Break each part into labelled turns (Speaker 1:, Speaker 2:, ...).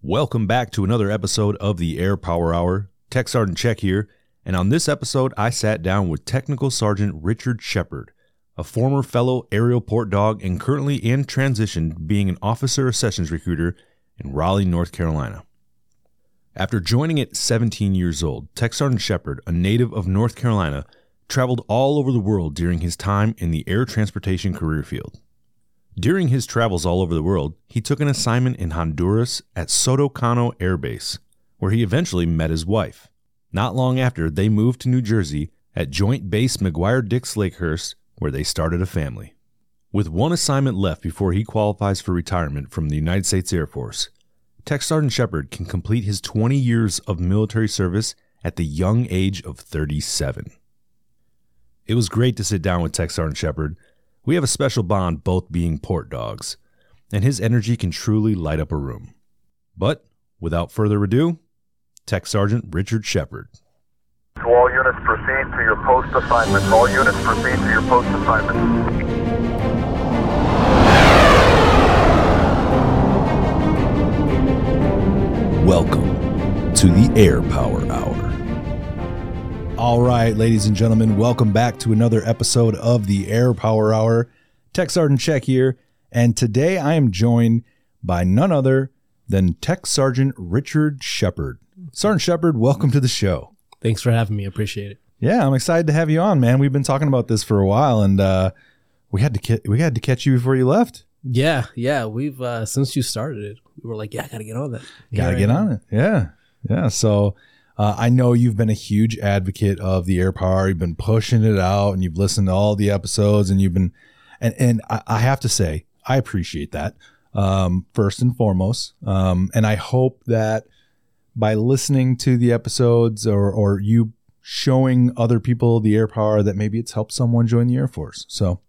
Speaker 1: Welcome back to another episode of the Air Power Hour. Tech Sergeant Check here, and on this episode, I sat down with Technical Sergeant Richard Shepard, a former fellow aerial port dog and currently in transition being an officer of sessions recruiter in Raleigh, North Carolina. After joining at 17 years old, Tech Sergeant Shepard, a native of North Carolina, traveled all over the world during his time in the air transportation career field. During his travels all over the world, he took an assignment in Honduras at Soto Cano Air Base, where he eventually met his wife. Not long after, they moved to New Jersey at Joint Base McGuire Dix Lakehurst, where they started a family. With one assignment left before he qualifies for retirement from the United States Air Force, Tech Sergeant Shepard can complete his 20 years of military service at the young age of 37. It was great to sit down with Tech Sergeant Shepard. We have a special bond, both being port dogs, and his energy can truly light up a room. But without further ado, Tech Sergeant Richard Shepard.
Speaker 2: To all units, proceed to your post assignments. All units, proceed to your post assignments.
Speaker 1: Welcome to the Air Power Hour. All right, ladies and gentlemen, welcome back to another episode of the Air Power Hour. Tech Sergeant Check here, and today I am joined by none other than Tech Sergeant Richard Shepard. Sergeant Shepard, welcome to the show.
Speaker 3: Thanks for having me. Appreciate it.
Speaker 1: Yeah, I'm excited to have you on, man. We've been talking about this for a while, and uh, we had to ca- we had to catch you before you left.
Speaker 3: Yeah, yeah. We've uh since you started it, we were like, yeah, I gotta get on that.
Speaker 1: Got to get on it. Yeah. Yeah. So uh, I know you've been a huge advocate of the air power. You've been pushing it out and you've listened to all the episodes and you've been, and, and I, I have to say, I appreciate that. Um, first and foremost. Um, and I hope that by listening to the episodes or, or you showing other people the air power that maybe it's helped someone join the air force. So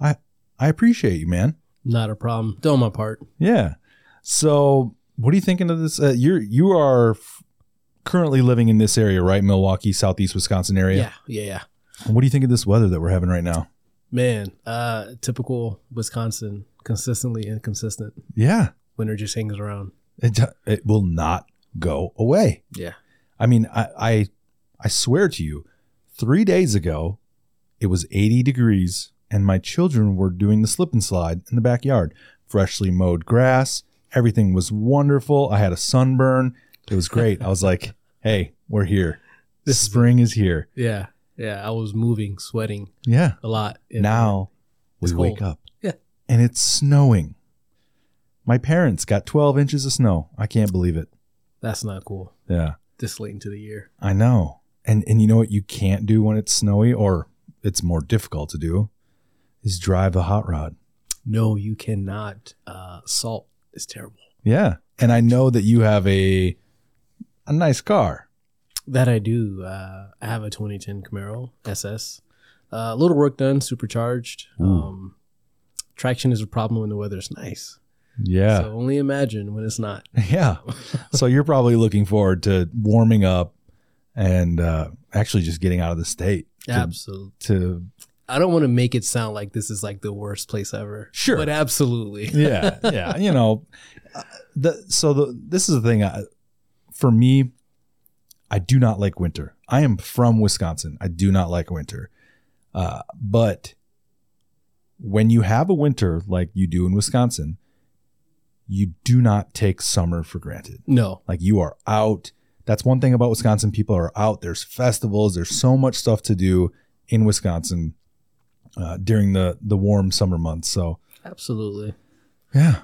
Speaker 1: I, I appreciate you, man.
Speaker 3: Not a problem. Done my part.
Speaker 1: Yeah. So, what are you thinking of this? Uh, you're you are f- currently living in this area, right? Milwaukee, southeast Wisconsin area.
Speaker 3: Yeah, yeah, yeah.
Speaker 1: What do you think of this weather that we're having right now?
Speaker 3: Man, uh typical Wisconsin, consistently inconsistent.
Speaker 1: Yeah,
Speaker 3: Winter just hangs around.
Speaker 1: it do- it will not go away.
Speaker 3: Yeah.
Speaker 1: I mean, I I, I swear to you, three days ago, it was 80 degrees, and my children were doing the slip and slide in the backyard. Freshly mowed grass, everything was wonderful. I had a sunburn. It was great. I was like, "Hey, we're here.
Speaker 3: This-
Speaker 1: spring is here."
Speaker 3: Yeah. Yeah. I was moving, sweating
Speaker 1: Yeah.
Speaker 3: a lot. And
Speaker 1: Now we
Speaker 3: It's
Speaker 1: wake
Speaker 3: cold.
Speaker 1: up.
Speaker 3: Yeah.
Speaker 1: And it's snowing. My parents got 12 inches of snow. I can't believe it.
Speaker 3: that's not cool.
Speaker 1: Yeah.
Speaker 3: This late into the year.
Speaker 1: I know. And and you know what you can't do when it's snowy or it's more difficult to do is drive a hot rod.
Speaker 3: No, you cannot. Uh salt is terrible.
Speaker 1: Yeah. And I know that you have a a nice car.
Speaker 3: That I do. Uh, I have a 2010 Camaro SS. Uh, a little work done, supercharged.
Speaker 1: Ooh.
Speaker 3: Um, traction is a problem when the weather's nice.
Speaker 1: Yeah.
Speaker 3: So only imagine when it's not.
Speaker 1: Yeah. so you're probably looking forward to warming up and uh, actually just getting out of the state to,
Speaker 3: Absolutely.
Speaker 1: to
Speaker 3: I don't want to make it sound like this is like the worst place ever.
Speaker 1: Sure.
Speaker 3: But absolutely.
Speaker 1: yeah yeah you know uh, the so the this is the thing I, for me i do not like winter i am from wisconsin i do not like winter uh, but when you have a winter like you do in wisconsin you do not take summer for granted
Speaker 3: No.
Speaker 1: like you are out that's one thing about wisconsin people are out there's festivals there's so much stuff to do in wisconsin uh, during the the warm summer months so
Speaker 3: Absolutely.
Speaker 1: yeah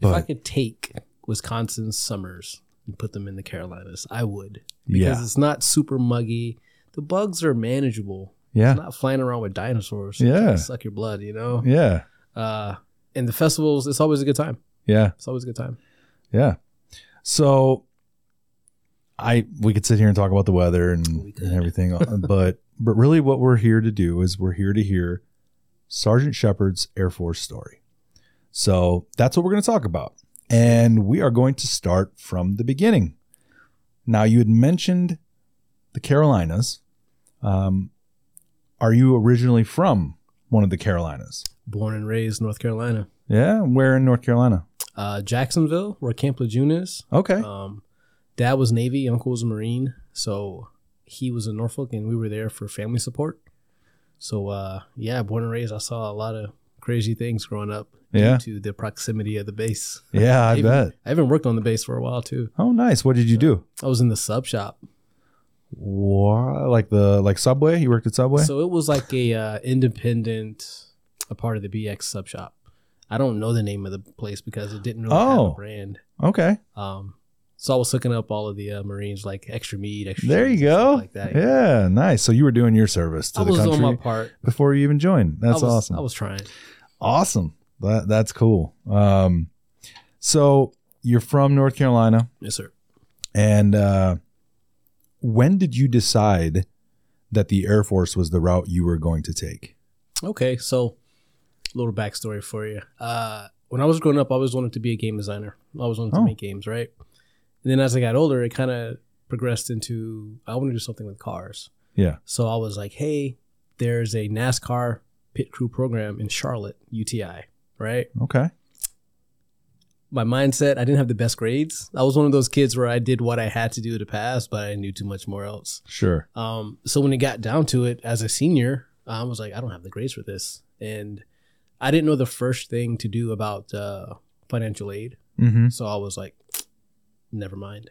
Speaker 3: if I
Speaker 1: but
Speaker 3: could take Wisconsin's summers and put them in the Carolinas, I would. Because
Speaker 1: yeah
Speaker 3: it's not super muggy. The bugs are manageable.
Speaker 1: yeah
Speaker 3: It's not flying around with dinosaurs.
Speaker 1: Yeah.
Speaker 3: trying to Suck your blood, you know?
Speaker 1: Yeah.
Speaker 3: uh and the festivals it's always a good time
Speaker 1: Yeah.
Speaker 3: it's always a good time
Speaker 1: Yeah. So I we could sit here and talk about the weather and,
Speaker 3: We could.
Speaker 1: and everything, uh, but but really what we're here to do is we're here to hear Sergeant Shepard's Air Force story. So that's what we're going to talk about. And we are going to start from the beginning. Now you had mentioned the Carolinas. Um, are you originally from one of the Carolinas?
Speaker 3: born and raised north carolina
Speaker 1: Yeah, where in North Carolina?
Speaker 3: uh, Jacksonville, where Camp Lejeune is.
Speaker 1: Okay.
Speaker 3: Um, Dad was Navy, uncle was Marine, so he was in Norfolk, and we were there for family support. So uh, yeah, born and raised, I saw a lot of crazy things growing up
Speaker 1: Yeah.
Speaker 3: due to the proximity of the base.
Speaker 1: yeah, I
Speaker 3: even-
Speaker 1: bet.
Speaker 3: I haven't worked on the base for a while too.
Speaker 1: Oh, nice. What did you do?
Speaker 3: I was in the sub shop,
Speaker 1: Wha- Like the like Subway? You worked at Subway?
Speaker 3: so it was like a uh, independent, a part of the BX sub shop. I don't know the name of the place because it didn't really have
Speaker 1: Oh.
Speaker 3: a brand.
Speaker 1: okay.
Speaker 3: Um, so I was hooking up all of the uh, Marines, like extra meat, extra.
Speaker 1: There you
Speaker 3: cheese, and stuff
Speaker 1: go.
Speaker 3: like that.
Speaker 1: Yeah, nice. So you were doing your service to
Speaker 3: I
Speaker 1: the
Speaker 3: was
Speaker 1: country
Speaker 3: on my part.
Speaker 1: before you even joined.
Speaker 3: I
Speaker 1: That's
Speaker 3: was-
Speaker 1: awesome.
Speaker 3: I was trying.
Speaker 1: awesome. That that's cool. Um, so you're from North Carolina,
Speaker 3: Yes, sir.
Speaker 1: and uh, when did you decide that the Air Force was the route you were going to take?
Speaker 3: Okay, so a little backstory for you. Uh, when I was growing up, I always wanted to be a game designer. I always wanted
Speaker 1: Oh.
Speaker 3: to make games, right? And then as I got older, it kind of progressed into I want to do something with cars.
Speaker 1: Yeah.
Speaker 3: So I was like, hey, there's a NASCAR pit crew program in Charlotte, UTI, right?
Speaker 1: Okay.
Speaker 3: My mindset, I didn't have the best grades. I was one of those kids where I did what I had to do to pass, but I knew too much more else.
Speaker 1: Sure.
Speaker 3: Um, so when it got down to it, as a senior, I was like, I don't have the grades for this, and I didn't know the first thing to do about uh, financial aid.
Speaker 1: Mm-hmm.
Speaker 3: So I was like, never mind.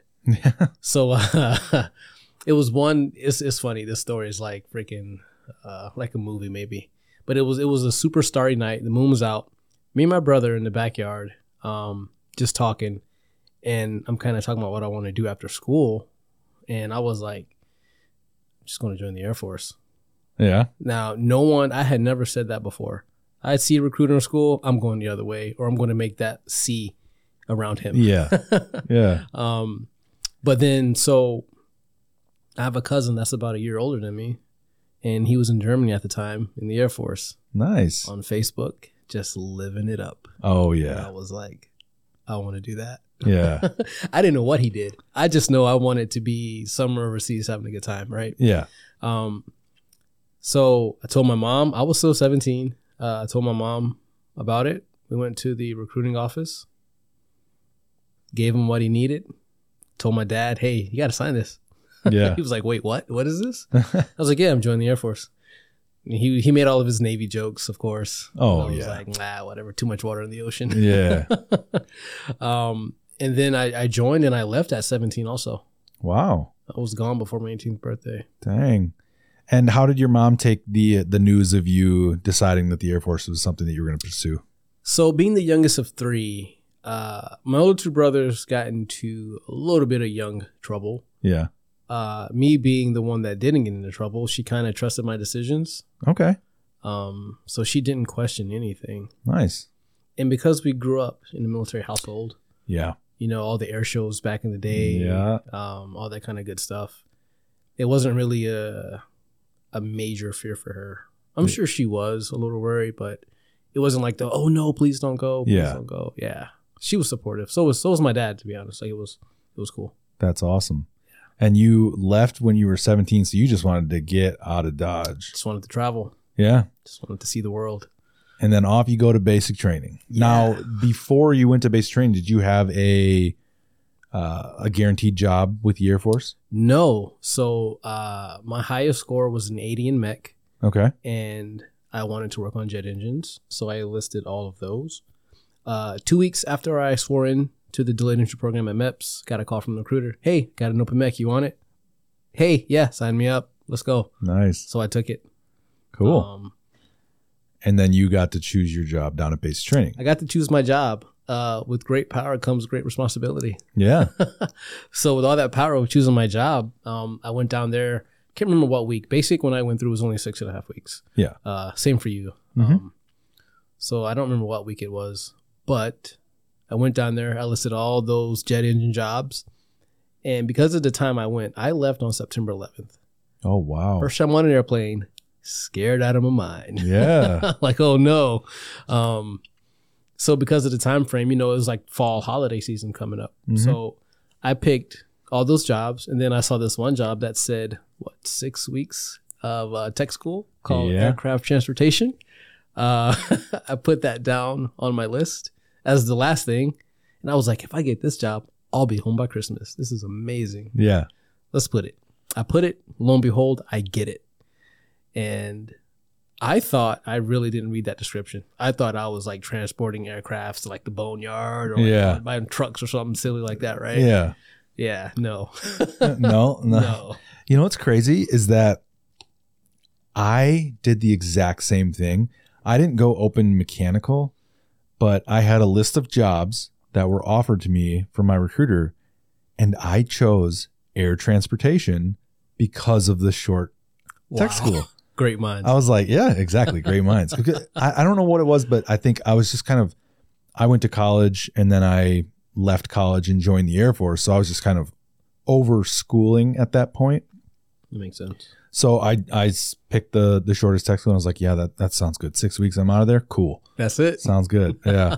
Speaker 3: So uh, it was one. It's it's funny. This story is like freaking uh, like a movie maybe, but it was it was a super starry night. The moon was out. Me and my brother in the backyard, um, just talking, and I'm kind of talking about what I want to do after school, and I was like, just going to join the Air Force.
Speaker 1: yeah.
Speaker 3: Now, no one, I had never said that before. I'd see a recruiter in school, I'm going the other way, or I'm going to make that C around him.
Speaker 1: Yeah. Yeah.
Speaker 3: Um, but then, so I have a cousin that's about a year older than me, and he was in Germany at the time in the Air Force
Speaker 1: Nice.
Speaker 3: on Facebook, just living it up.
Speaker 1: Oh
Speaker 3: And I
Speaker 1: yeah.
Speaker 3: was like, I want to do that.
Speaker 1: Yeah.
Speaker 3: I didn't know what he did. I just know I wanted to be somewhere overseas having a good time, right?
Speaker 1: Yeah.
Speaker 3: Um, so I told my mom, I was still 17. Uh, I told my mom about it. We went to the recruiting office, gave him what he needed, told my dad, hey, you got to sign this.
Speaker 1: Yeah.
Speaker 3: He was like, wait, what? What is this? I was like, yeah, I'm joining the Air Force. And he, he made all of his Navy jokes, of course.
Speaker 1: Oh,
Speaker 3: I was
Speaker 1: yeah.
Speaker 3: like, nah, whatever, too much water in the ocean.
Speaker 1: yeah.
Speaker 3: um, and then I, I joined and I left at 17 also.
Speaker 1: Wow.
Speaker 3: I was gone before my 18th birthday.
Speaker 1: Dang. And how did your mom take the the news of you deciding that the Air Force was something that you were going to pursue?
Speaker 3: So, being the youngest of three, uh, my older two brothers got into a little bit of young trouble.
Speaker 1: Yeah.
Speaker 3: Uh, me being the one that didn't get into trouble, she kind of trusted my decisions.
Speaker 1: Okay.
Speaker 3: Um, so she didn't question anything.
Speaker 1: Nice.
Speaker 3: And because we grew up in a military household,
Speaker 1: Yeah.
Speaker 3: you know, all the air shows back in the day,
Speaker 1: Yeah.
Speaker 3: um, all that kind of good stuff, it wasn't really a, a major fear for her. I'm
Speaker 1: Yeah.
Speaker 3: sure she was a little worried, but it wasn't like the, oh no, please don't go. Please
Speaker 1: Yeah.
Speaker 3: don't go. Yeah. She was supportive. So was, so was my dad, to be honest. Like it was, it was cool.
Speaker 1: That's awesome. And you left when you were 17, so you just wanted to get out of Dodge.
Speaker 3: Just wanted to travel.
Speaker 1: Yeah.
Speaker 3: Just wanted to see the world.
Speaker 1: And then off you go to basic training. Now, before you went to basic training, did you have a uh, a guaranteed job with the Air Force?
Speaker 3: No. So, uh, my highest score was an 80 in mech.
Speaker 1: Okay.
Speaker 3: and I wanted to work on jet engines, so I listed all of those. Uh, two weeks after I swore in to the delayed entry program at MEPS, got a call from the recruiter. Hey, got an open mech, you want it? Hey, yeah, sign me up. Let's go.
Speaker 1: Nice.
Speaker 3: So I took it.
Speaker 1: Cool.
Speaker 3: Um,
Speaker 1: and then you got to choose your job down at basic training.
Speaker 3: I got to choose my job. Uh, with great power comes great responsibility.
Speaker 1: Yeah.
Speaker 3: So with all that power of choosing my job, um, I went down there. Can't remember what week. Basic when I went through was only six and a half weeks.
Speaker 1: Yeah.
Speaker 3: Uh, same for you.
Speaker 1: Mhm.
Speaker 3: Um, so I don't remember what week it was, but I went down there. I listed all those jet engine jobs, and because of the time I went, I left on September 11th.
Speaker 1: Oh, wow.
Speaker 3: First time on an airplane, scared out of my mind.
Speaker 1: Yeah.
Speaker 3: like oh no um so because of the time frame you know it was like fall holiday season coming up
Speaker 1: Mhm.
Speaker 3: so i picked all those jobs and then i saw this one job that said what six weeks of uh, tech school called
Speaker 1: Yeah.
Speaker 3: aircraft transportation uh i put that down on my list as the last thing And I was like, if I get this job, I'll be home by Christmas. This is amazing.
Speaker 1: Yeah.
Speaker 3: Let's put it. I put it. Lo and behold, I get it. And I thought I really didn't read that description. I thought I was like transporting aircrafts to like the boneyard or like,
Speaker 1: Yeah.
Speaker 3: buying trucks or something silly like that, right?
Speaker 1: Yeah.
Speaker 3: Yeah. No.
Speaker 1: No, no.
Speaker 3: no.
Speaker 1: You know what's crazy is that I did the exact same thing. I didn't go open mechanical, but I had a list of jobs that were offered to me from my recruiter, and I chose air transportation because of the short tech
Speaker 3: Wow.
Speaker 1: school.
Speaker 3: Great minds.
Speaker 1: I was like, yeah, exactly. Great minds. Because I, I don't know what it was, but I think I was just kind of, I went to college and then I left college and joined the Air Force. So I was just kind of over schooling at that point.
Speaker 3: That makes sense.
Speaker 1: So I, I s- picked the, the shortest text and I was like, yeah, that, that sounds good. Six weeks, I'm out of there. Cool.
Speaker 3: That's it.
Speaker 1: Sounds good. Yeah.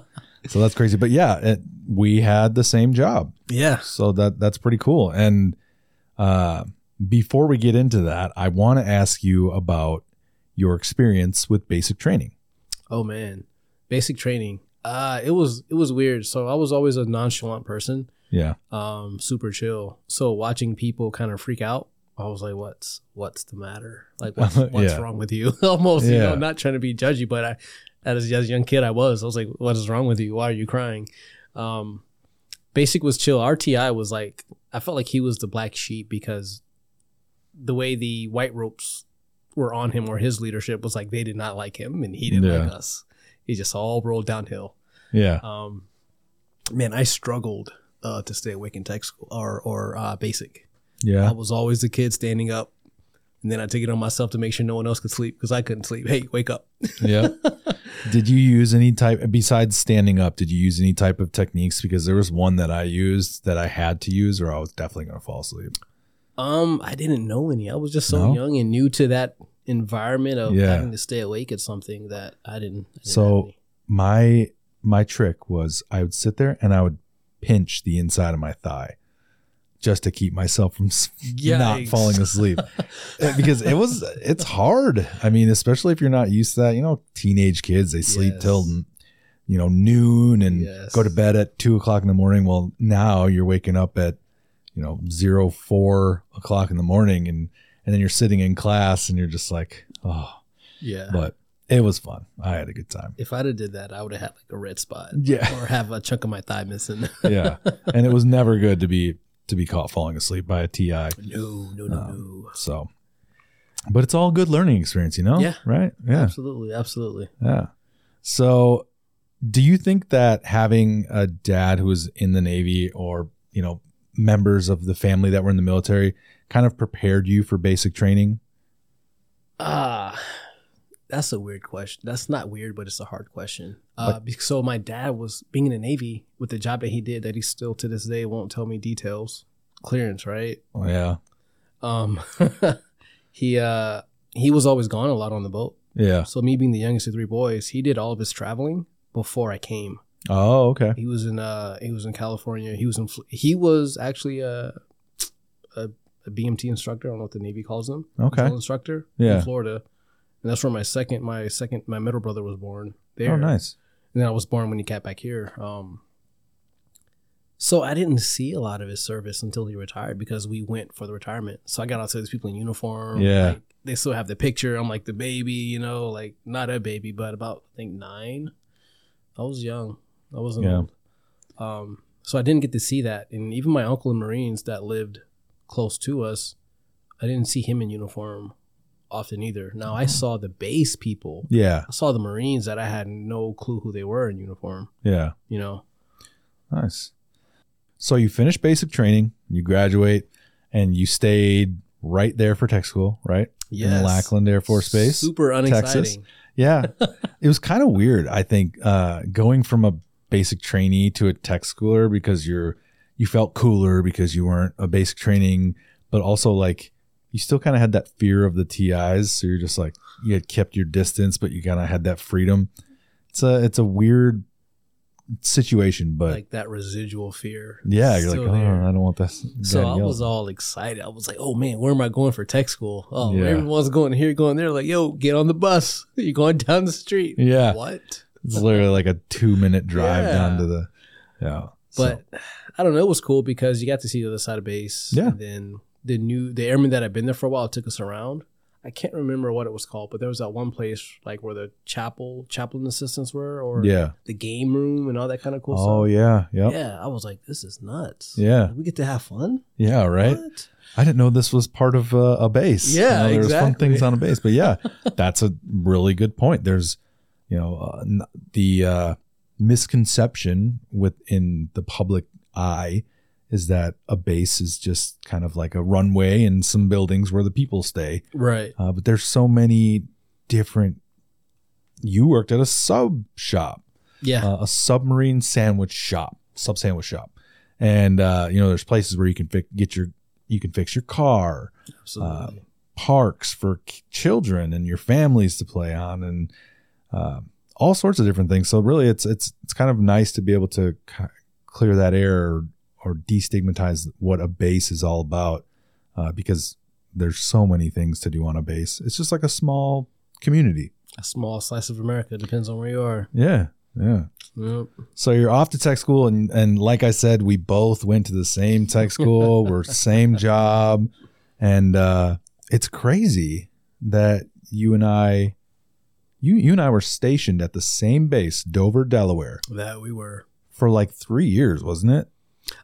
Speaker 1: so that's crazy. But yeah, it, we had the same job.
Speaker 3: Yeah.
Speaker 1: So that that's pretty cool. And uh, before we get into that, I want to ask you about your experience with basic training.
Speaker 3: Oh man, basic training. Uh, it was it was weird. So I was always a nonchalant person,
Speaker 1: Yeah,
Speaker 3: um, super chill. So watching people kind of freak out, I was like, "What's what's the matter? Like, what's, what's
Speaker 1: Yeah.
Speaker 3: wrong with you?" Almost, you
Speaker 1: Yeah.
Speaker 3: know, not trying to be judgy, but I, as, as a young kid, I was. I was like, "What is wrong with you? Why are you crying?" Um, basic was chill. RTI was like, I felt like he was the black sheep because the way the white ropes were on him or his leadership was like they did not like him and he didn't like
Speaker 1: Yeah.
Speaker 3: us. It just all rolled downhill.
Speaker 1: yeah,
Speaker 3: Um, man, I struggled uh, to stay awake in tech school or or uh, basic. I
Speaker 1: yeah,
Speaker 3: was always the kid standing up, and then I took it on myself to make sure no one else could sleep because I couldn't sleep. Hey, wake up!
Speaker 1: yeah. did you use any type besides standing up? Did you use any type of techniques? Because there was one that I used that I had to use, or I was definitely gonna fall asleep.
Speaker 3: Um, I didn't know any. I was just so
Speaker 1: No?
Speaker 3: young and new to that environment of
Speaker 1: Yeah.
Speaker 3: having to stay awake at something that I didn't. I didn't
Speaker 1: So-
Speaker 3: have any.
Speaker 1: My my trick was I would sit there and I would pinch the inside of my thigh just to keep myself from s- not
Speaker 3: Yikes.
Speaker 1: falling asleep. Yeah, because it was it's hard. I mean, especially if you're not used to that. You know, teenage kids they sleep
Speaker 3: Yes.
Speaker 1: till you know noon and
Speaker 3: Yes.
Speaker 1: go to bed at two o'clock in the morning. Well, now you're waking up at you know zero four o'clock in the morning, and and then you're sitting in class and you're just like, oh.
Speaker 3: yeah.
Speaker 1: But it was fun. I had a good time.
Speaker 3: if I'd have did that, I would have had like a red spot
Speaker 1: Yeah,
Speaker 3: or have a chunk of my thigh missing.
Speaker 1: yeah. And it was never good to be to be caught falling asleep by a TI.
Speaker 3: no, no, no,
Speaker 1: Um,
Speaker 3: no.
Speaker 1: So, but it's all good learning experience, you know.
Speaker 3: Yeah.
Speaker 1: Right. Yeah.
Speaker 3: Absolutely, absolutely.
Speaker 1: Yeah. So, do you think that having a dad who was in the Navy or, you know, members of the family that were in the military kind of prepared you for basic training?
Speaker 3: Ah, that's a weird question. That's not weird, but it's a hard question. Uh, bec- so my dad was being in the Navy with the job that he did that he still to this day won't tell me details. Clearance, right?
Speaker 1: Oh, yeah.
Speaker 3: Um, he uh he was always gone a lot on the boat.
Speaker 1: Yeah.
Speaker 3: So me being the youngest of three boys, he did all of his traveling before I came.
Speaker 1: Oh, okay.
Speaker 3: He was in uh he was in California. He was in Fl- he was actually a, a a BMT instructor. I don't know what the Navy calls them.
Speaker 1: Okay.
Speaker 3: Drill instructor
Speaker 1: Yeah.
Speaker 3: in Florida, and that's where my second my second my middle brother was born there.
Speaker 1: Oh, nice.
Speaker 3: And then I was born when he got back here. Um, so I didn't see a lot of his service until he retired because we went for the retirement. So I got out to these people in uniform.
Speaker 1: Yeah.
Speaker 3: like, they still have the picture. I'm like the baby, you know, like not a baby, but about I think nine. I was young. I wasn't
Speaker 1: Yeah.
Speaker 3: old. Um, so I didn't get to see that. And even my uncle in Marines that lived close to us, I didn't see him in uniform often either. Now
Speaker 1: Mm.
Speaker 3: I saw the base people.
Speaker 1: Yeah.
Speaker 3: I saw the Marines that I had no clue who they were in uniform,
Speaker 1: Yeah.
Speaker 3: you know.
Speaker 1: Nice. So, you finish basic training, you graduate, and you stayed right there for tech school, right? In Lackland Air Force Base.
Speaker 3: Super unexciting.
Speaker 1: Texas. Yeah. it was kind of weird, I think, uh, going from a basic trainee to a tech schooler because you're you felt cooler because you weren't a basic training, but also like you still kind of had that fear of the TIs, so you're just like you had kept your distance, but you kind of had that freedom. It's a it's a weird situation, but
Speaker 3: like that residual fear.
Speaker 1: yeah, you're like,
Speaker 3: still
Speaker 1: oh,
Speaker 3: there.
Speaker 1: I don't want this.
Speaker 3: So
Speaker 1: guy
Speaker 3: I
Speaker 1: yelling."
Speaker 3: was all excited. I was like, "Oh man, where am I going for tech school? Oh,
Speaker 1: Yeah.
Speaker 3: everyone's going here, going there. Like, yo, get on the bus. You're going down the street.
Speaker 1: yeah,
Speaker 3: What?
Speaker 1: it's literally like a two minute drive
Speaker 3: Yeah.
Speaker 1: down to the yeah.
Speaker 3: But I don't know. It was cool because you got to see the other side of base.
Speaker 1: Yeah.
Speaker 3: And then the new the airmen that had been there for a while took us around. I can't remember what it was called, but there was that one place like where the chapel chaplain assistants were, or
Speaker 1: yeah.
Speaker 3: the game room and all that kind of cool
Speaker 1: Oh
Speaker 3: stuff.
Speaker 1: yeah. Yep. Yeah.
Speaker 3: Yeah, I was like, this is nuts.
Speaker 1: Yeah.
Speaker 3: we get to have fun.
Speaker 1: Right.
Speaker 3: What?
Speaker 1: I didn't know this was part of uh, a base.
Speaker 3: Yeah,
Speaker 1: You know, there's fun
Speaker 3: exactly.
Speaker 1: things on a base, but yeah, that's a really good point. There's, you know, uh, n- the uh, misconception within the public eye is that a base is just kind of like a runway and some buildings where the people stay.
Speaker 3: Right.
Speaker 1: Uh, but there's so many different. You worked at a sub shop.
Speaker 3: Yeah.
Speaker 1: uh, a submarine sandwich shop, sub sandwich shop, and uh, you know there's places where you can fi- get your you can fix your car, uh,
Speaker 3: absolutely.
Speaker 1: parks for k- children and your families to play on, and uh, all sorts of different things. So really, it's it's it's kind of nice to be able to ki clear that air or, or destigmatize what a base is all about, uh, because there's so many things to do on a base. It's just like a small community.
Speaker 3: a small slice of America depends on where you are.
Speaker 1: Yeah, yeah.
Speaker 3: Yep.
Speaker 1: So you're off to tech school, and and like I said, we both went to the same tech school. we're same job, and uh, it's crazy that you and I, you you and I were stationed at the same base, Dover, Delaware,
Speaker 3: That we were.
Speaker 1: for like three years, wasn't it?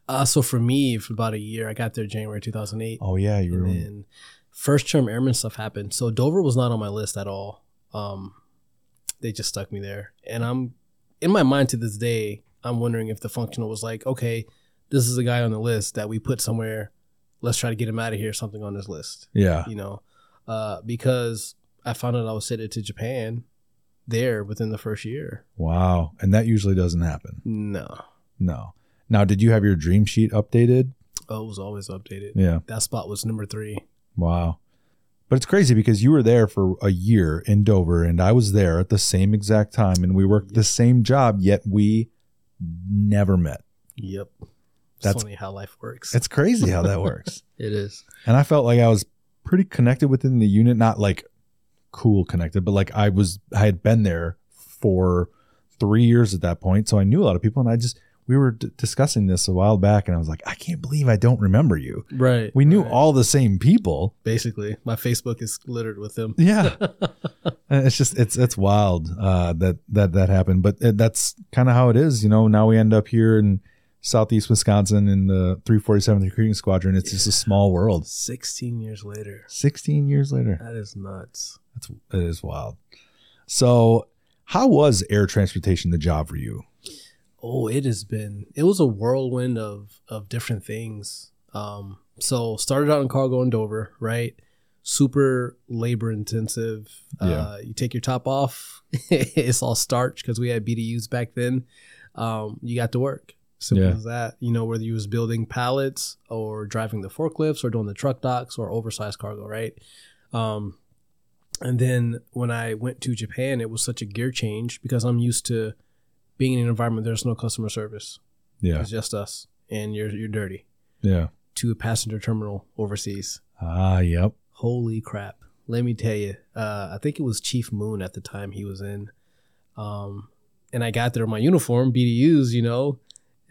Speaker 3: Uh, so for me, for about a year, I got there January 2008.
Speaker 1: Oh yeah, you were.
Speaker 3: and then first term airman stuff happened. So Dover was not on my list at all. Um, they just stuck me there, and I'm in my mind to this day. I'm wondering if the functional was like, okay, this is a guy on the list that we put somewhere. Let's try to get him out of here. Something on this list,
Speaker 1: yeah,
Speaker 3: you know, uh, because I found out I was headed to Japan there within the first year.
Speaker 1: wow. And that usually doesn't happen.
Speaker 3: No,
Speaker 1: No. Now, did you have your dream sheet updated?
Speaker 3: oh, it was always updated.
Speaker 1: Yeah.
Speaker 3: That spot was number three.
Speaker 1: Wow. But it's crazy because you were there for a year in Dover and I was there at the same exact time and we worked the same job, yet we never met.
Speaker 3: Yep,
Speaker 1: That's-
Speaker 3: that's funny how life works.
Speaker 1: It's crazy how that works.
Speaker 3: It is.
Speaker 1: And I felt like I was pretty connected within the unit, not like cool connected, but like I was, I had been there for three years at that point. So I knew a lot of people and I just, we were d- discussing this a while back and I was like, I can't believe I don't remember you.
Speaker 3: Right.
Speaker 1: We knew
Speaker 3: all.
Speaker 1: all the same people.
Speaker 3: basically. My Facebook is littered with them.
Speaker 1: Yeah. And Uh, it's just it's it's wild uh, that that that happened, but it, that's kind of how it is. You know, now we end up here in southeast Wisconsin in the 347th Recruiting Squadron. It's just a small world.
Speaker 3: 16 years later.
Speaker 1: 16 years later,
Speaker 3: That is nuts.
Speaker 1: that's it is wild. So, how was air transportation the job for you?
Speaker 3: Oh, it has been it was a whirlwind of of different things. Um so started out in cargo in Dover, right? Super labor intensive. Uh you take your top off, it's all starch because we had BDUs back then. Um you got to work. Simple
Speaker 1: Yeah.
Speaker 3: as that. You know, whether you was building pallets or driving the forklifts or doing the truck docks or oversized cargo, right? Um and then when I went to Japan, it was such a gear change because I'm used to being in an environment there's no customer service.
Speaker 1: Yeah,
Speaker 3: It's just us, and you're you're dirty
Speaker 1: yeah.
Speaker 3: to a passenger terminal overseas.
Speaker 1: Ah, yep.
Speaker 3: Holy crap! Let me tell you, uh, I think it was Chief Moon at the time he was in, um, and I got there in my uniform, BDUs, you know,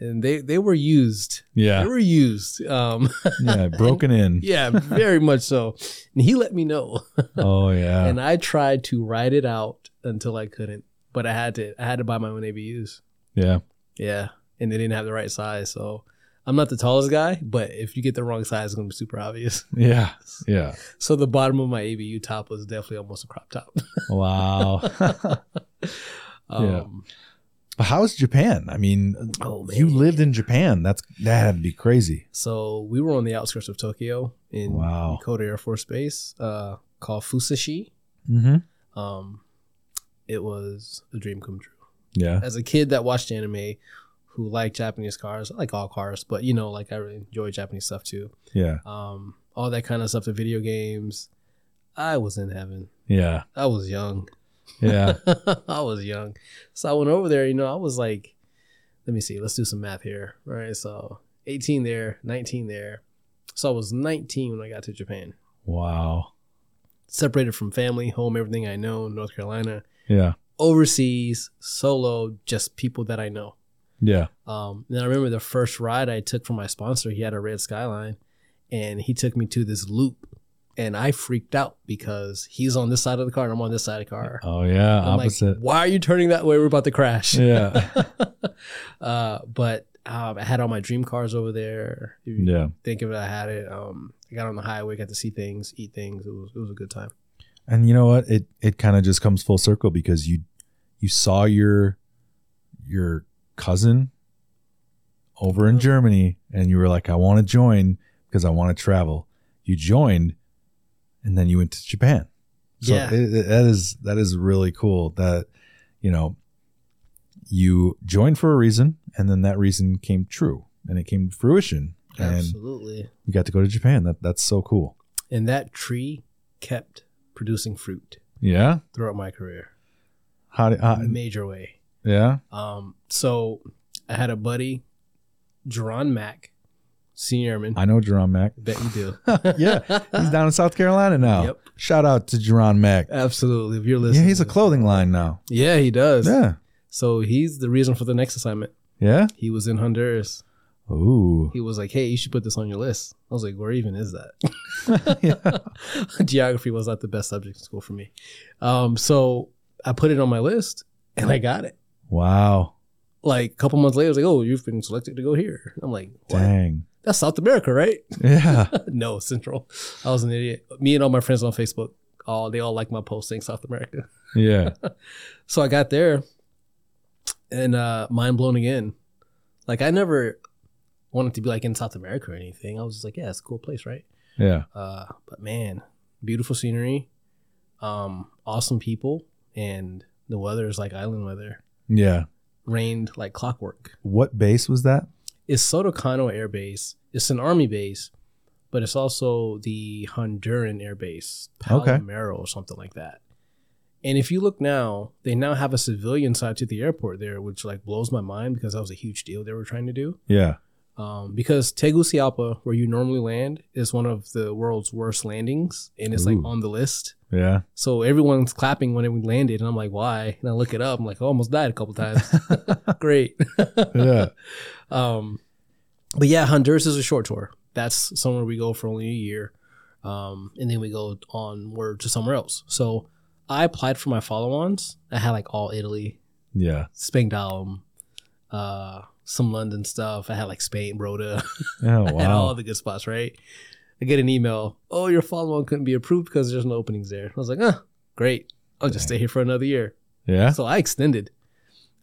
Speaker 3: and they they were used. They
Speaker 1: Yeah,
Speaker 3: were used. Um,
Speaker 1: yeah. Broken in.
Speaker 3: yeah, very much so. And he let me know,
Speaker 1: Oh, yeah.
Speaker 3: and I tried to ride it out until I couldn't, but I had to. I had to buy my own ABUs.
Speaker 1: Yeah.
Speaker 3: Yeah, and they didn't have the right size. So I'm not the tallest guy, but if you get the wrong size, it's gonna be super obvious.
Speaker 1: Yeah. Yeah.
Speaker 3: So the bottom of my ABU top was definitely almost a crop top.
Speaker 1: Wow.
Speaker 3: Um,
Speaker 1: Yeah. But how's Japan? I mean,
Speaker 3: Oh,
Speaker 1: you
Speaker 3: man.
Speaker 1: lived in Japan. That's that'd be crazy.
Speaker 3: So we were on the outskirts of Tokyo in
Speaker 1: Wow.
Speaker 3: Koda Air Force Base, uh, called Fusashi.
Speaker 1: Mm-hmm.
Speaker 3: Um, it was a dream come true.
Speaker 1: Yeah.
Speaker 3: As a kid that watched anime, who liked Japanese cars, I like all cars, but you know, like I really enjoy Japanese stuff too.
Speaker 1: Yeah.
Speaker 3: Um, all that kind of stuff, the video games. I was in heaven.
Speaker 1: Yeah.
Speaker 3: I was young.
Speaker 1: Yeah.
Speaker 3: I was young. So I went over there, you know, I was like, let me see, let's do some math here. All right. So 18 there, 19 there. So I was 19 when I got to Japan.
Speaker 1: wow.
Speaker 3: Separated from family, home, everything I know, North Carolina,
Speaker 1: Yeah.
Speaker 3: overseas, solo, just people that I know.
Speaker 1: Yeah.
Speaker 3: Um, and I remember the first ride I took from my sponsor, he had a red skyline and he took me to this loop. And I freaked out because he's on this side of the car and I'm on this side of the car.
Speaker 1: Oh yeah.
Speaker 3: I'm like,
Speaker 1: Opposite.
Speaker 3: Why are you turning that way? We're about to crash.
Speaker 1: yeah.
Speaker 3: uh, but um, I had all my dream cars over there. If you
Speaker 1: yeah.
Speaker 3: Think of it, I had it. Um, I got on the highway, got to see things, eat things. It was it was a good time.
Speaker 1: And you know what? It it kind of just comes full circle because you you saw your your cousin over in Germany and you were like, I want to join because I want to travel. You joined and then you went to Japan. So
Speaker 3: Yeah.
Speaker 1: it, it- that is that is really cool that you know you joined for a reason and then that reason came true and it came to fruition and
Speaker 3: Absolutely.
Speaker 1: you got to go to Japan. That that's so cool.
Speaker 3: And that tree kept producing fruit
Speaker 1: Yeah.
Speaker 3: throughout my career,
Speaker 1: How, do- how
Speaker 3: major way.
Speaker 1: yeah.
Speaker 3: Um, so I had a buddy, Jerron Mack, senior airman. I
Speaker 1: I know Jerome Mack.
Speaker 3: bet you do.
Speaker 1: yeah, he's down in South Carolina now.
Speaker 3: Yep. Uh,
Speaker 1: Shout out to Jerron Mack.
Speaker 3: Absolutely. If you're
Speaker 1: Yeah,
Speaker 3: listening,
Speaker 1: he's a
Speaker 3: to this.
Speaker 1: clothing line now.
Speaker 3: Yeah, he does.
Speaker 1: Yeah.
Speaker 3: So he's the reason for the next assignment.
Speaker 1: Yeah.
Speaker 3: He was in Honduras.
Speaker 1: Ooh.
Speaker 3: he was like, "Hey, you should put this on your list." I was like, "Where even is that?"
Speaker 1: yeah.
Speaker 3: Geography was not the best subject in school for me, um, so I put it on my list and I got it.
Speaker 1: Wow.
Speaker 3: Like a couple months later, I was like, "Oh, you've been selected to go here." I'm like, what?
Speaker 1: Dang.
Speaker 3: "That's South America, right?"
Speaker 1: Yeah.
Speaker 3: no, Central. I was an idiot. Me and all my friends on Facebook, all they all like my post saying South America.
Speaker 1: Yeah.
Speaker 3: So I got there, and uh, mind blown again. Like I never wanted to be like in South America or anything. I was just like, "Yeah, it's a cool place, right?"
Speaker 1: Yeah.
Speaker 3: Uh, but man, beautiful scenery, um, awesome people, and the weather is like island weather.
Speaker 1: Yeah.
Speaker 3: Rained like clockwork.
Speaker 1: What base was that?
Speaker 3: It's Sotocano Air Base. It's an army base, but it's also the Honduran Air Base,
Speaker 1: Okay.
Speaker 3: Palomero or something like that. And if you look now, they now have a civilian side to the airport there, which like blows my mind because that was a huge deal they were trying to do.
Speaker 1: Yeah.
Speaker 3: Um, because Tegucigalpa, where you normally land, is one of the world's worst landings, and it's
Speaker 1: Ooh.
Speaker 3: like on the list.
Speaker 1: Yeah.
Speaker 3: So everyone's clapping when we landed, and I'm like, why? And I look it up. I'm like, I almost died a couple times. Great.
Speaker 1: Yeah.
Speaker 3: um, but yeah, Honduras is a short tour. That's somewhere we go for only a year, um, and then we go onward to somewhere else. So I applied for my follow-ons. I had like all Italy,
Speaker 1: Yeah.
Speaker 3: Spangdahlem, uh, some London stuff. I had like Spain, Broda.
Speaker 1: Oh
Speaker 3: at all
Speaker 1: wow.
Speaker 3: the good spots, right? I get an email, oh, your follow on couldn't be approved because there's no openings there. I was like, huh, great. I'll just stay here for another year.
Speaker 1: Yeah.
Speaker 3: So I extended.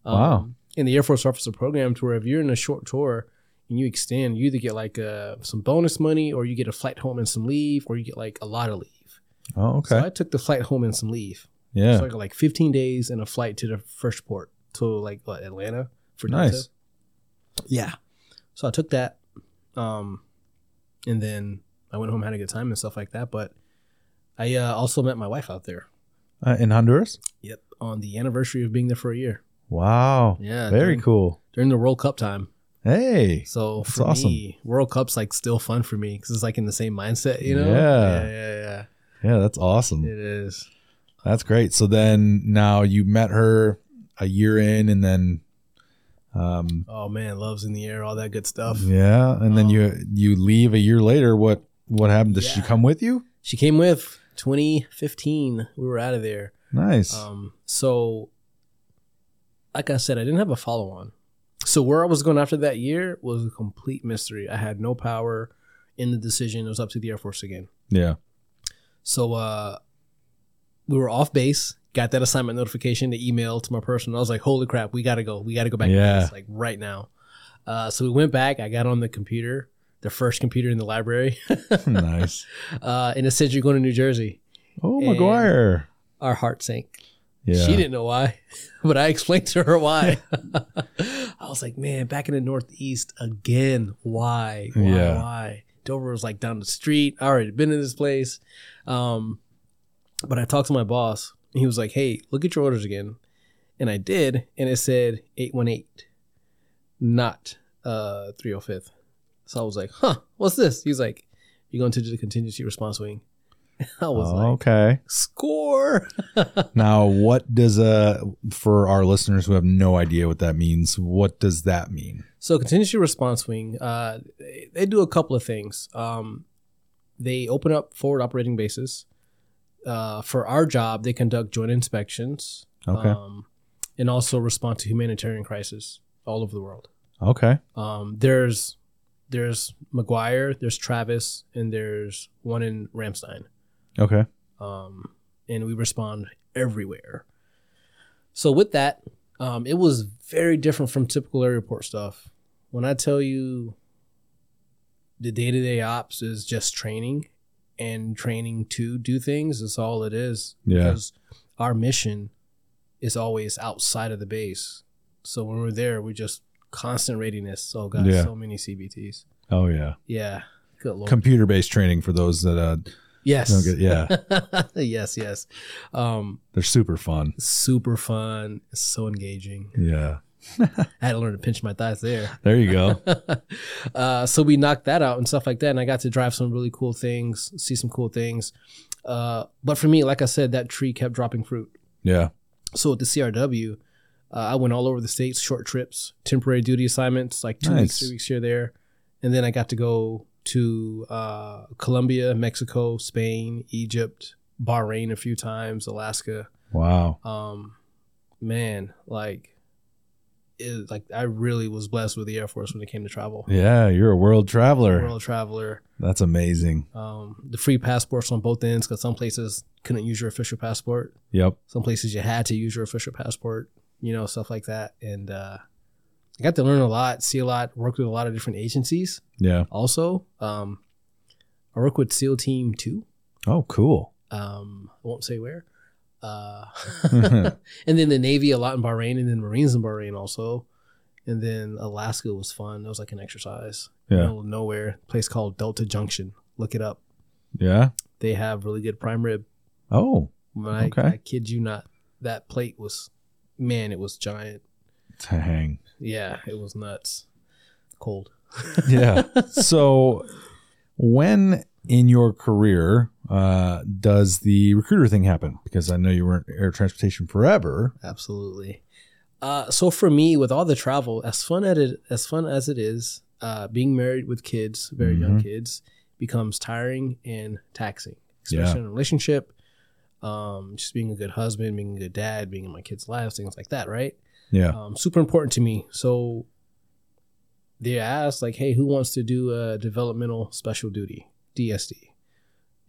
Speaker 3: Um,
Speaker 1: Wow.
Speaker 3: In the Air Force Officer Program, to where if you're in a short tour and you extend, you either get like uh, some bonus money or you get a flight home and some leave or you get like a lot of leave.
Speaker 1: Oh
Speaker 3: So
Speaker 1: okay.
Speaker 3: I took the flight home and some leave. So
Speaker 1: Yeah.
Speaker 3: I got like 15 days and a flight to the first port to like what, Atlanta for Delta.
Speaker 1: Nice.
Speaker 3: Yeah. So I took that, um, and then I went home, had a good time and stuff like that. But I uh, also met my wife out there.
Speaker 1: Uh, in Honduras.
Speaker 3: Yep. On the anniversary of being there for a year.
Speaker 1: Wow.
Speaker 3: Yeah.
Speaker 1: Very
Speaker 3: during,
Speaker 1: cool.
Speaker 3: During the World Cup time.
Speaker 1: Hey.
Speaker 3: So
Speaker 1: That's
Speaker 3: for
Speaker 1: awesome.
Speaker 3: me, World Cup's like still fun for me because it's like in the same mindset, you know?
Speaker 1: Yeah.
Speaker 3: Yeah.
Speaker 1: Yeah. That's
Speaker 3: yeah,
Speaker 1: awesome.
Speaker 3: yeah. It is.
Speaker 1: That's great. So then now you met her a year in, and then um,
Speaker 3: Oh man, love's in the air, all that good stuff.
Speaker 1: Yeah, and then
Speaker 3: Um,
Speaker 1: you you leave a year later. What what happened? Did she
Speaker 3: Yeah.
Speaker 1: come with you?
Speaker 3: She came with 2015. We were out of there.
Speaker 1: Nice.
Speaker 3: Um, so, like I said, I didn't have a follow on. So where I was going after that year was a complete mystery. I had no power in the decision. It was up to the Air Force again.
Speaker 1: yeah.
Speaker 3: So uh, we were off base. Got that assignment notification, the email to my personal. I was like, "Holy crap, we gotta go! We gotta go back
Speaker 1: Yeah.
Speaker 3: to base like right now." Uh, so we went back. I got on the computer, the first computer in the library,
Speaker 1: nice.
Speaker 3: uh, and it said you're going to New Jersey.
Speaker 1: Oh,
Speaker 3: And-
Speaker 1: McGuire.
Speaker 3: Our heart sank.
Speaker 1: Yeah.
Speaker 3: She didn't know why, but I explained to her why. I was like, man, back in the Northeast again. Why? Why?
Speaker 1: Yeah.
Speaker 3: Why? Dover was like down the street. I already been in this place. Um, but I talked to my boss and he was like, hey, look at your orders again. And I did. And it said 818, not uh, 305th. So I was like, huh, what's this? He's like, you're going to do the contingency response wing. I
Speaker 1: Oh.
Speaker 3: was like,
Speaker 1: okay.
Speaker 3: score.
Speaker 1: Now, what does uh for our listeners who have no idea what that means? What does that mean?
Speaker 3: So contingency response wing, uh, they- they do a couple of things. Um, they open up forward operating bases. Uh, for our job, they conduct joint inspections.
Speaker 1: Okay.
Speaker 3: Um, and also respond to humanitarian crises all over the world.
Speaker 1: Okay.
Speaker 3: Um, there's there's McGuire, there's Travis, and there's one in Ramstein.
Speaker 1: Okay.
Speaker 3: Um, and we respond everywhere. So with that, um, it was very different from typical area report stuff. When I tell you the day to day ops is just training and training to do things, is all it is.
Speaker 1: Yeah.
Speaker 3: Because our mission is always outside of the base. So when we're there, we're just constant readiness. Oh god,
Speaker 1: Yeah.
Speaker 3: so many CBTs.
Speaker 1: Oh yeah.
Speaker 3: Yeah. Good lord.
Speaker 1: Computer based training for those that uh
Speaker 3: yes.
Speaker 1: don't get. Yeah,
Speaker 3: yes, yes. Um,
Speaker 1: they're super fun.
Speaker 3: super fun. It's so engaging.
Speaker 1: Yeah.
Speaker 3: I had to learn to pinch my thighs there.
Speaker 1: There you go.
Speaker 3: uh, so we knocked that out and stuff like that. And I got to drive some really cool things, see some cool things. Uh, but for me, like I said, that tree kept dropping fruit.
Speaker 1: yeah.
Speaker 3: So with the CRW, uh, I went all over the states, short trips, temporary duty assignments, like two
Speaker 1: Nice.
Speaker 3: weeks, three weeks here, there. And then I got to go to uh, Colombia, Mexico, Spain, Egypt, Bahrain a few times, Alaska.
Speaker 1: Wow.
Speaker 3: um man like it, like i really was blessed with the air force when it came to travel
Speaker 1: Yeah, you're a world traveler.
Speaker 3: world traveler
Speaker 1: That's amazing.
Speaker 3: um the free passports on both ends because some places couldn't use your official passport
Speaker 1: Yep.
Speaker 3: some places you had to use your official passport you know stuff like that and uh i got to learn a lot see a lot work with a lot of different agencies
Speaker 1: Yeah.
Speaker 3: also um i work with seal team 2
Speaker 1: Oh, cool.
Speaker 3: um i won't say where uh and then the navy a lot in bahrain and then marines in bahrain also and then alaska was fun that was like an exercise
Speaker 1: Yeah.
Speaker 3: middle of nowhere place called delta junction look it up
Speaker 1: Yeah.
Speaker 3: they have really good prime rib
Speaker 1: Oh,
Speaker 3: When I,
Speaker 1: Okay.
Speaker 3: I kid you not that plate was man it was giant
Speaker 1: dang.
Speaker 3: yeah it was nuts cold
Speaker 1: Yeah. so, when in your career uh, does the recruiter thing happen? Because I know you weren't air transportation forever.
Speaker 3: Absolutely. Uh, so for me, with all the travel, as fun as it, as fun as it is, uh, being married with kids, very young kids, becomes tiring and taxing, especially
Speaker 1: Yeah.
Speaker 3: in a relationship. Um, just being a good husband, being a good dad, being in my kids' lives, things like that, right?
Speaker 1: Yeah.
Speaker 3: Um, super important to me. So they asked, like, hey, who wants to do a developmental special duty DSD?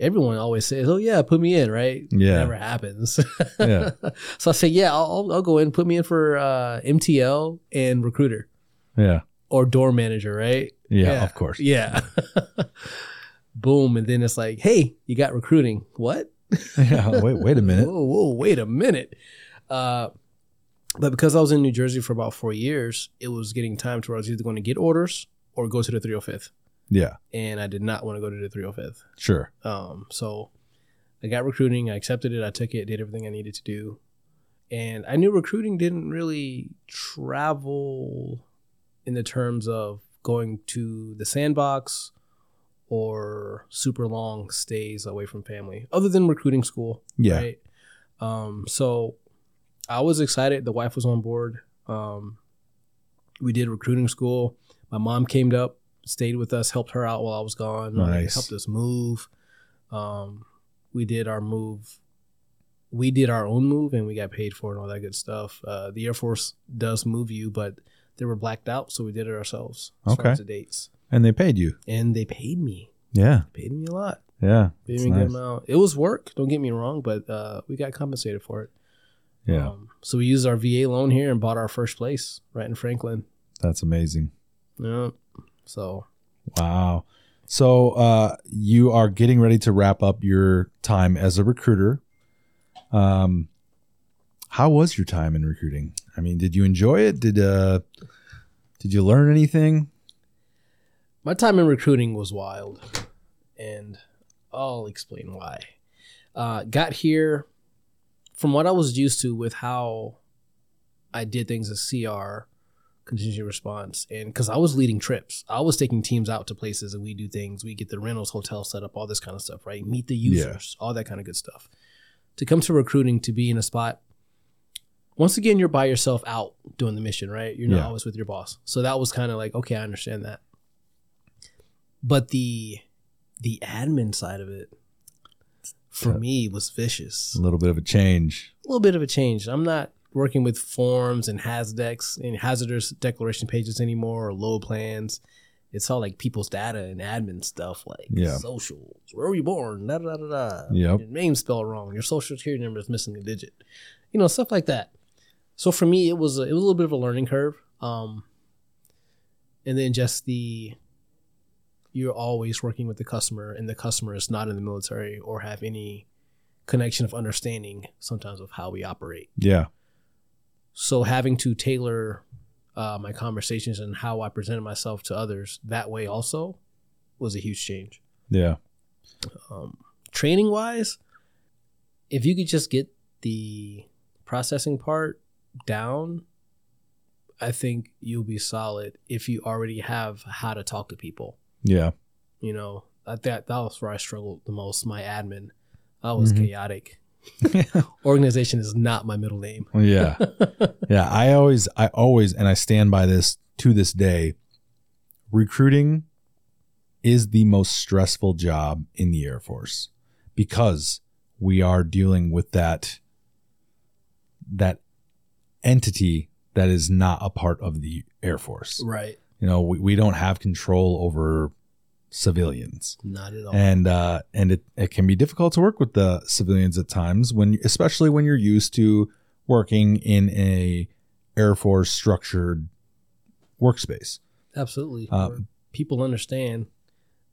Speaker 3: Everyone always says, oh yeah, put me in, right?
Speaker 1: Yeah.
Speaker 3: never happens.
Speaker 1: Yeah.
Speaker 3: So I said, yeah, I'll, I'll- I'll go in, put me in for uh, MTL and recruiter
Speaker 1: Yeah.
Speaker 3: or door manager, right?
Speaker 1: Yeah.
Speaker 3: Yeah.
Speaker 1: Of course.
Speaker 3: Yeah. Boom. And then it's like, hey, you got recruiting. What?
Speaker 1: Yeah. Wait. Wait a minute.
Speaker 3: Whoa, whoa, wait a minute. Uh, but because I was in New Jersey for about four years, it was getting time to where I was either going to get orders or go to the 305th.
Speaker 1: Yeah.
Speaker 3: And I did not want to go to the 305th.
Speaker 1: Sure.
Speaker 3: Um, so I got recruiting. I accepted it. I took it. Did everything I needed to do. And I knew recruiting didn't really travel in the terms of going to the sandbox or super long stays away from family, other than recruiting school.
Speaker 1: Yeah.
Speaker 3: Right. Um, so I was excited. The wife was on board. Um, we did recruiting school. My mom came up, stayed with us, helped her out while I was gone. like,
Speaker 1: Nice.
Speaker 3: Helped us move. Um, we did our move. We did our own move and we got paid for it and all that good stuff. Uh, the Air Force does move you, but they were blacked out, so we did it ourselves. as far
Speaker 1: Okay.
Speaker 3: as the dates.
Speaker 1: And they paid you.
Speaker 3: And they paid me.
Speaker 1: Yeah.
Speaker 3: Paid me a lot.
Speaker 1: Yeah.
Speaker 3: Paid
Speaker 1: That's
Speaker 3: me a good
Speaker 1: nice.
Speaker 3: amount. It was work, don't get me wrong, but uh, we got compensated for it.
Speaker 1: Yeah.
Speaker 3: Um, so we used our VA loan here and bought our first place right in Franklin.
Speaker 1: That's amazing.
Speaker 3: Yeah. So
Speaker 1: Wow. So uh, you are getting ready to wrap up your time as a recruiter. Um, how was your time in recruiting? I mean, did you enjoy it? Did uh, did you learn anything?
Speaker 3: my time in recruiting was wild, and I'll explain why. Uh, got here from what I was used to with how I did things as CR, contingency response. And because I was leading trips, I was taking teams out to places and we do things. We get the rentals, hotel set up, all this kind of stuff, right? Meet the
Speaker 1: Yeah.
Speaker 3: users, all that kind of good stuff. To come to recruiting, to be in a spot, once again, you're by yourself out doing the mission, right? You're not
Speaker 1: Yeah.
Speaker 3: always with your boss. So that was kind of like, okay, I understand that. But the the admin side of it for
Speaker 1: Yeah.
Speaker 3: me was vicious
Speaker 1: a little bit of a change.
Speaker 3: a little bit of a change. I'm not working with forms and hazdecs and hazardous declaration pages anymore or load plans. It's all like people's data and admin stuff like
Speaker 1: Yeah.
Speaker 3: socials. Where were you born? Da, da, da, da.
Speaker 1: Yep.
Speaker 3: Your name's spelled wrong. Your social security number is missing a digit. You know, stuff like that. So for me, it was a, it was a little bit of a learning curve. Um, and then just the you're always working with the customer, and the customer is not in the military or have any connection of understanding sometimes of how we operate.
Speaker 1: Yeah.
Speaker 3: So having to tailor uh, my conversations and how I presented myself to others that way also was a huge change.
Speaker 1: Yeah.
Speaker 3: Um, training wise, if you could just get the processing part down, I think you'll be solid if you already have how to talk to people.
Speaker 1: Yeah.
Speaker 3: You know, I- that that was where I struggled the most. My admin, I was
Speaker 1: Mhm.
Speaker 3: chaotic. Organization is not my middle name.
Speaker 1: yeah. Yeah. I always, I always, and I stand by this to this day recruiting is the most stressful job in the Air Force because we are dealing with that, that entity that is not a part of the Air Force.
Speaker 3: right.
Speaker 1: You know, we, we don't have control over civilians.
Speaker 3: Not at all.
Speaker 1: and uh, and it, it can be difficult to work with the civilians at times when especially when you're used to working in a air force structured workspace
Speaker 3: Absolutely.
Speaker 1: Uh,
Speaker 3: Where people understand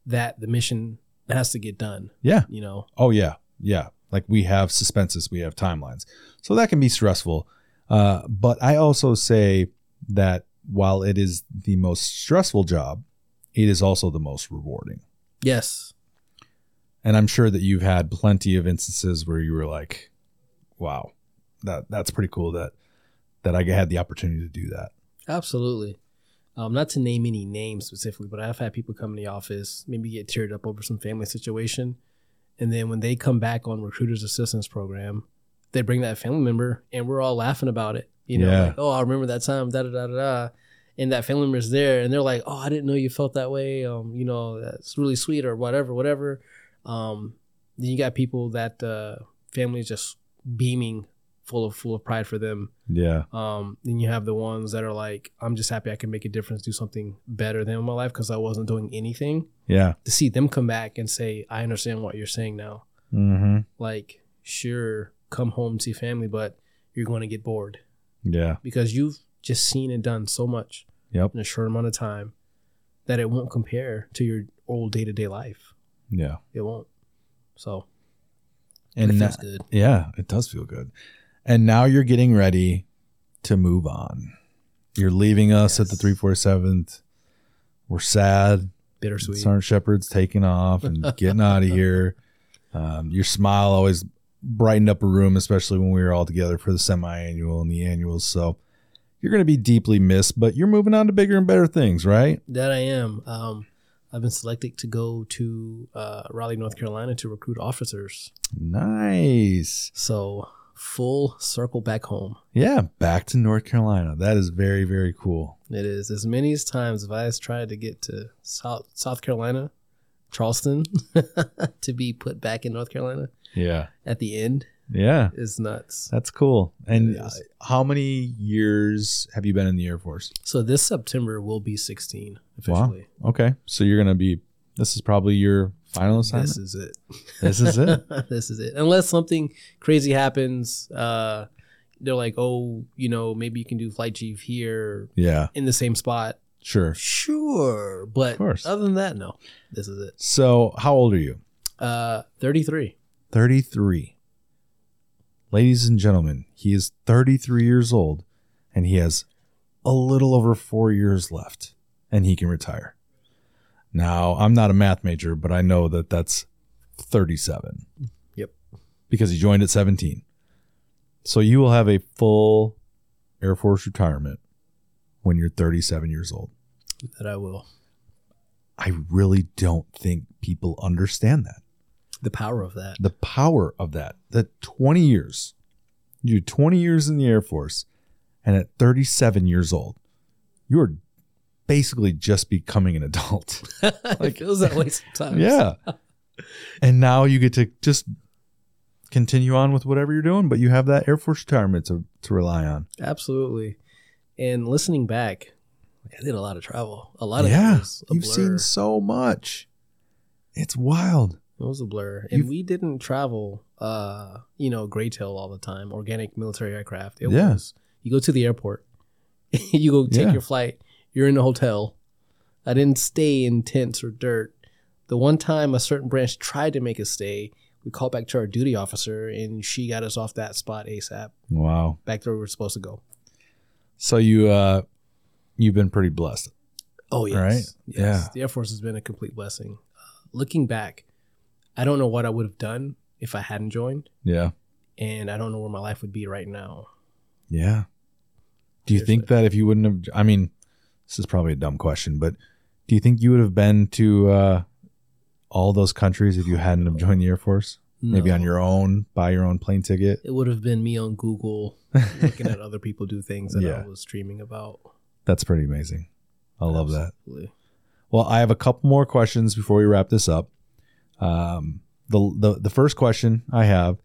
Speaker 3: that the mission has to get done.
Speaker 1: Yeah.
Speaker 3: You know,
Speaker 1: oh yeah yeah like we have suspenses we have timelines so that can be stressful uh, but i also say that while it is the most stressful job it is also the most rewarding
Speaker 3: yes.
Speaker 1: and i'm sure that you've had plenty of instances where you were like wow that that's pretty cool that that i had the opportunity to do that
Speaker 3: Absolutely. Um, not to name any names specifically, but I've had people come in the office, maybe get teared up over some family situation. And then when they come back on recruiters assistance program, they bring that family member and we're all laughing about it. You know,
Speaker 1: Yeah.
Speaker 3: like, oh, I remember that time, da da da da da. And that family member's there and they're like, oh, I didn't know you felt that way. Um, you know, that's really sweet or whatever, whatever. Um, then you got people that uh, family is just beaming, full of full of pride for them.
Speaker 1: yeah
Speaker 3: Um, then you have the ones that are like, I'm just happy I can make a difference, do something better than in my life because I wasn't doing anything.
Speaker 1: yeah
Speaker 3: To see them come back and say, I understand what you're saying now.
Speaker 1: mm-hmm.
Speaker 3: Like, sure, come home to your family, but you're going to get bored
Speaker 1: yeah
Speaker 3: because you've just seen and done so much
Speaker 1: Yep.
Speaker 3: in a short amount of time that it won't compare to your old day to day life.
Speaker 1: yeah
Speaker 3: It won't. So,
Speaker 1: and
Speaker 3: it feels
Speaker 1: that-
Speaker 3: good.
Speaker 1: yeah it does feel good and now you're getting ready to move on you're leaving us at the
Speaker 3: Yes.
Speaker 1: 347th we're sad
Speaker 3: Bittersweet.
Speaker 1: sergeant shepard's taking off and getting out of here um, your smile always brightened up a room especially when we were all together for the semi-annual and the annuals so you're going to be deeply missed but you're moving on to bigger and better things right
Speaker 3: That I am. Um, I've been selected to go to uh, Raleigh, North Carolina to recruit officers.
Speaker 1: nice
Speaker 3: So full circle back home.
Speaker 1: yeah back to north carolina that is very very cool
Speaker 3: It is as many as times have I has tried to get to South South Carolina, Charleston, to be put back in North Carolina
Speaker 1: yeah
Speaker 3: at the end
Speaker 1: yeah
Speaker 3: is nuts.
Speaker 1: That's cool. And uh,
Speaker 3: It is.
Speaker 1: how many years have you been in the Air Force?
Speaker 3: So this September will be
Speaker 1: Wow.
Speaker 3: 16 officially.
Speaker 1: Okay, so you're gonna be. This is probably your final assignment.
Speaker 3: This is it.
Speaker 1: This is it?
Speaker 3: this is it. Unless something crazy happens, uh, they're like, oh, you know, maybe you can do flight chief here
Speaker 1: yeah,
Speaker 3: in the same spot.
Speaker 1: sure.
Speaker 3: Sure, but
Speaker 1: Of course.
Speaker 3: other than that, no. This is it.
Speaker 1: So how old are you?
Speaker 3: Uh, 33.
Speaker 1: Thirty three. Ladies and gentlemen, he is thirty three years old, and he has a little over four years left, and he can retire. Now, I'm not a math major, but I know that that's 37.
Speaker 3: Yep.
Speaker 1: Because he joined at 17. So you will have a full Air Force retirement when you're 37 years old.
Speaker 3: that I will.
Speaker 1: I really don't think people understand that.
Speaker 3: The power of that.
Speaker 1: The power of that. That 20 years, you do 20 years in the Air Force, and at 37 years old, you're basically just becoming an adult.
Speaker 3: it feels that way sometimes.
Speaker 1: Yeah. and now you get to just continue on with whatever you're doing, but you have that Air Force retirement to, to rely on.
Speaker 3: absolutely. And listening back, I did a lot of travel. A lot of
Speaker 1: yeah.
Speaker 3: it was a
Speaker 1: You've
Speaker 3: blur.
Speaker 1: seen so much. It's wild.
Speaker 3: It was a blur, and
Speaker 1: You've-
Speaker 3: we didn't travel, uh, you know, gray tail all the time. Organic military aircraft. It
Speaker 1: Yeah.
Speaker 3: was you go to the airport, you go take
Speaker 1: Yeah.
Speaker 3: your flight. You're in a hotel. I didn't stay in tents or dirt. The one time a certain branch tried to make us stay, we called back to our duty officer, and she got us off that spot ASAP,
Speaker 1: Wow.
Speaker 3: back to where we were supposed to go.
Speaker 1: So you uh you've been pretty blessed.
Speaker 3: Oh yes,
Speaker 1: Right?
Speaker 3: yes.
Speaker 1: Yeah.
Speaker 3: The Air Force has been a complete blessing. Uh, looking back, I don't know what I would have done if I hadn't joined,
Speaker 1: Yeah.
Speaker 3: and I don't know where my life would be right now.
Speaker 1: Yeah. Do you think
Speaker 3: Seriously.
Speaker 1: that if you wouldn't have I mean, this is probably a dumb question, but do you think you would have been to uh all those countries if you hadn't have joined the Air Force? Maybe
Speaker 3: No.
Speaker 1: on your own, buy your own plane ticket.
Speaker 3: It would have been me on Google looking at other people do things that
Speaker 1: Yeah.
Speaker 3: I was dreaming about.
Speaker 1: That's pretty amazing. I love that.
Speaker 3: Absolutely.
Speaker 1: Well, I have a couple more questions before we wrap this up. Um, the, the the first question I have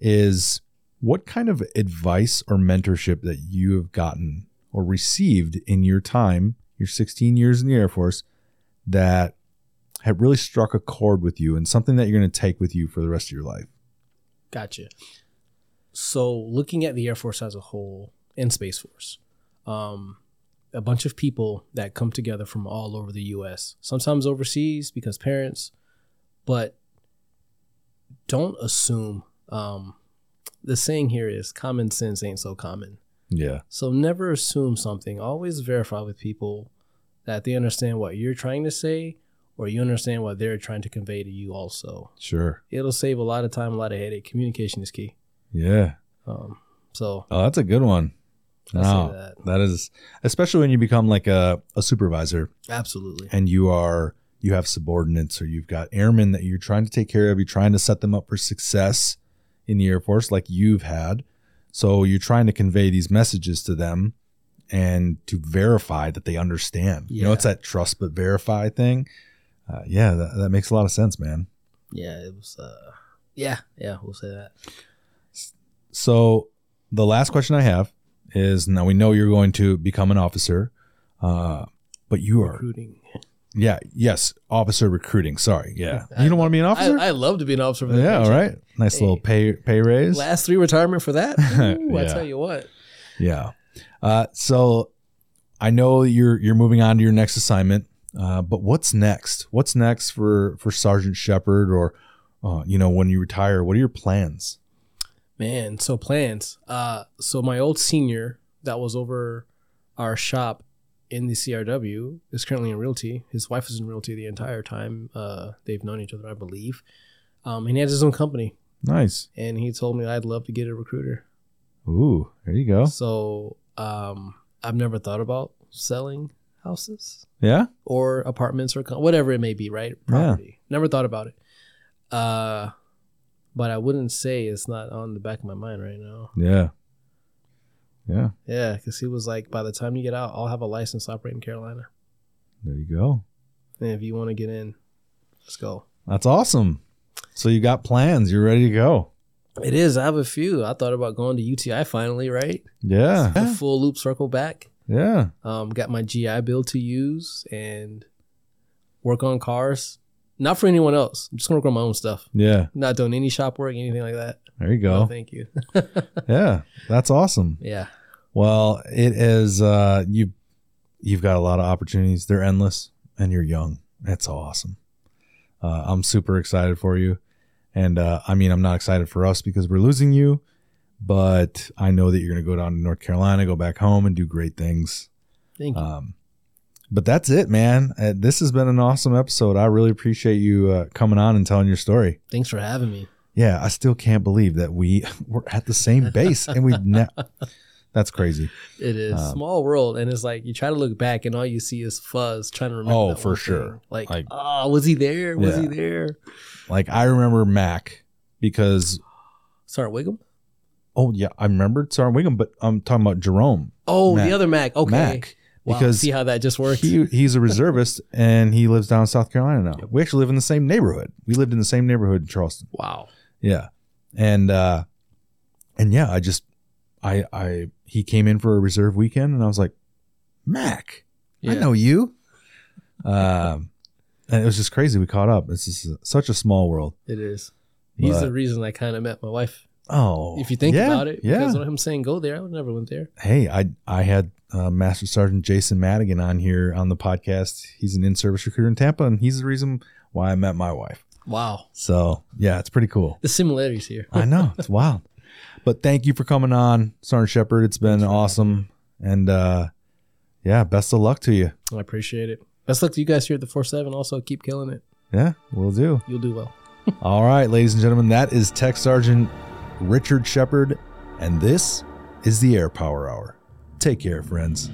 Speaker 1: is what kind of advice or mentorship that you have gotten or received in your time, your 16 years in the Air Force, that had really struck a chord with you and something that you're going to take with you for the rest of your life.
Speaker 3: Gotcha. So, looking at the Air Force as a whole and Space Force, um, a bunch of people that come together from all over the U.S., sometimes overseas because parents, but don't assume. Um, the saying here is common sense ain't so common.
Speaker 1: Yeah.
Speaker 3: So never assume something. Always verify with people that they understand what you're trying to say or you understand what they're trying to convey to you also.
Speaker 1: Sure.
Speaker 3: It'll save a lot of time, a lot of headache. Communication is key.
Speaker 1: Yeah.
Speaker 3: Um, so
Speaker 1: Oh, that's a good one.
Speaker 3: I'll
Speaker 1: No,
Speaker 3: say that.
Speaker 1: that is especially when you become like a, a supervisor
Speaker 3: Absolutely.
Speaker 1: and you are you have subordinates or you've got airmen that you're trying to take care of you're trying to set them up for success in the air force like you've had so you're trying to convey these messages to them and to verify that they understand you know
Speaker 3: Yeah.
Speaker 1: it's that trust but verify thing uh, yeah that, that makes a lot of sense man
Speaker 3: Yeah, it was uh yeah, yeah, we'll say that.
Speaker 1: so the last question i have is now we know you're going to become an officer uh, but you are
Speaker 3: Recruiting.
Speaker 1: yeah yes officer recruiting sorry yeah
Speaker 3: I-
Speaker 1: you don't want to be an
Speaker 3: I,
Speaker 1: officer
Speaker 3: I love to be an officer for the
Speaker 1: Yeah, all
Speaker 3: nation.
Speaker 1: right. Nice little pay pay raise.
Speaker 3: Last three retirement for that? Ooh, I
Speaker 1: Yeah.
Speaker 3: tell you what.
Speaker 1: Yeah. Uh, so I know you're you're moving on to your next assignment, uh, but what's next? What's next for for Sergeant Shepard or uh, you know when you retire? What are your plans?
Speaker 3: Man, so plans. Uh, so my old senior that was over our shop in the CRW is currently in realty. His wife is in realty the entire time uh, they've known each other, I believe. Um, and he has his own company,
Speaker 1: Nice.
Speaker 3: and he told me I'd love to get a recruiter.
Speaker 1: Ooh, there you go.
Speaker 3: So um, I've never thought about selling houses
Speaker 1: Yeah.
Speaker 3: or apartments or co- whatever it may be, right? Property. Never thought about it. Uh, but I wouldn't say it's not on the back of my mind right now.
Speaker 1: Yeah. Yeah.
Speaker 3: Yeah, because he was like, by the time you get out, I'll have a license to operate in Carolina.
Speaker 1: There you go.
Speaker 3: And if you want to get in, let's go.
Speaker 1: That's awesome. So you got plans. You're ready to go.
Speaker 3: It is. I have a few. I thought about going to UTI finally, right?
Speaker 1: Yeah.
Speaker 3: The full loop circle back.
Speaker 1: Yeah.
Speaker 3: Um, got my GI Bill to use and work on cars. Not for anyone else. I'm just gonna work on my own stuff.
Speaker 1: Yeah.
Speaker 3: Not doing any shop work, anything like that.
Speaker 1: There you
Speaker 3: No,
Speaker 1: go.
Speaker 3: thank you.
Speaker 1: Yeah. That's awesome.
Speaker 3: yeah.
Speaker 1: Well, it is uh you you've got a lot of opportunities. They're endless and you're young. That's awesome. Uh, I'm super excited for you. And uh, I mean, I'm not excited for us because we're losing you, but I know that you're going to go down to North Carolina, go back home and do great things.
Speaker 3: Thank you.
Speaker 1: Um, but that's it, man. Uh, this has been an awesome episode. I really appreciate you uh, coming on and telling your story.
Speaker 3: Thanks for having me.
Speaker 1: Yeah, I still can't believe that we were at the same base and we've ne- That's crazy.
Speaker 3: It is
Speaker 1: Um,
Speaker 3: small world, and it's like you try to look back, and all you see is fuzz trying to remember.
Speaker 1: Oh,
Speaker 3: that
Speaker 1: for
Speaker 3: one
Speaker 1: sure.
Speaker 3: thing. Like,
Speaker 1: Like-
Speaker 3: oh, was he there? Was he
Speaker 1: Yeah.
Speaker 3: there?
Speaker 1: Like I remember Mac because
Speaker 3: Sorry, Wiggum.
Speaker 1: oh yeah, I remembered Sarah Wiggum, but I'm talking about Jerome
Speaker 3: Oh,
Speaker 1: Mac.
Speaker 3: the other Mac. Okay,
Speaker 1: Mac
Speaker 3: Wow,
Speaker 1: because
Speaker 3: see how that just works.
Speaker 1: he he's a reservist and he lives down in South Carolina now. We actually live in the same neighborhood. We lived in the same neighborhood in Charleston.
Speaker 3: wow.
Speaker 1: Yeah. And uh and yeah, I just I I he came in for a reserve weekend and I was like, Mac, I know you. Um and it was just crazy. We caught up. It's just such a small world.
Speaker 3: it is. He's
Speaker 1: But-
Speaker 3: the reason I kind of met my wife.
Speaker 1: Oh,
Speaker 3: If you think
Speaker 1: yeah,
Speaker 3: about it,
Speaker 1: yeah.
Speaker 3: Because of him saying go there, I would never went there.
Speaker 1: hey, I I had uh, Master Sergeant Jason Madigan on here on the podcast. He's an in-service recruiter in Tampa, and he's the reason why I met my wife.
Speaker 3: Wow.
Speaker 1: So yeah, it's pretty cool.
Speaker 3: The similarities here.
Speaker 1: I know it's wild, but thank you for coming on, Sergeant Shepard. It's been awesome, and uh, yeah, best of luck to you.
Speaker 3: I appreciate it. Best luck to you guys here at the four seven. Also, keep killing it.
Speaker 1: Yeah, we'll do.
Speaker 3: You'll do well.
Speaker 1: All right, ladies and gentlemen, that is Tech Sergeant Richard Shepard, and this is the Air Power Hour. Take care, friends.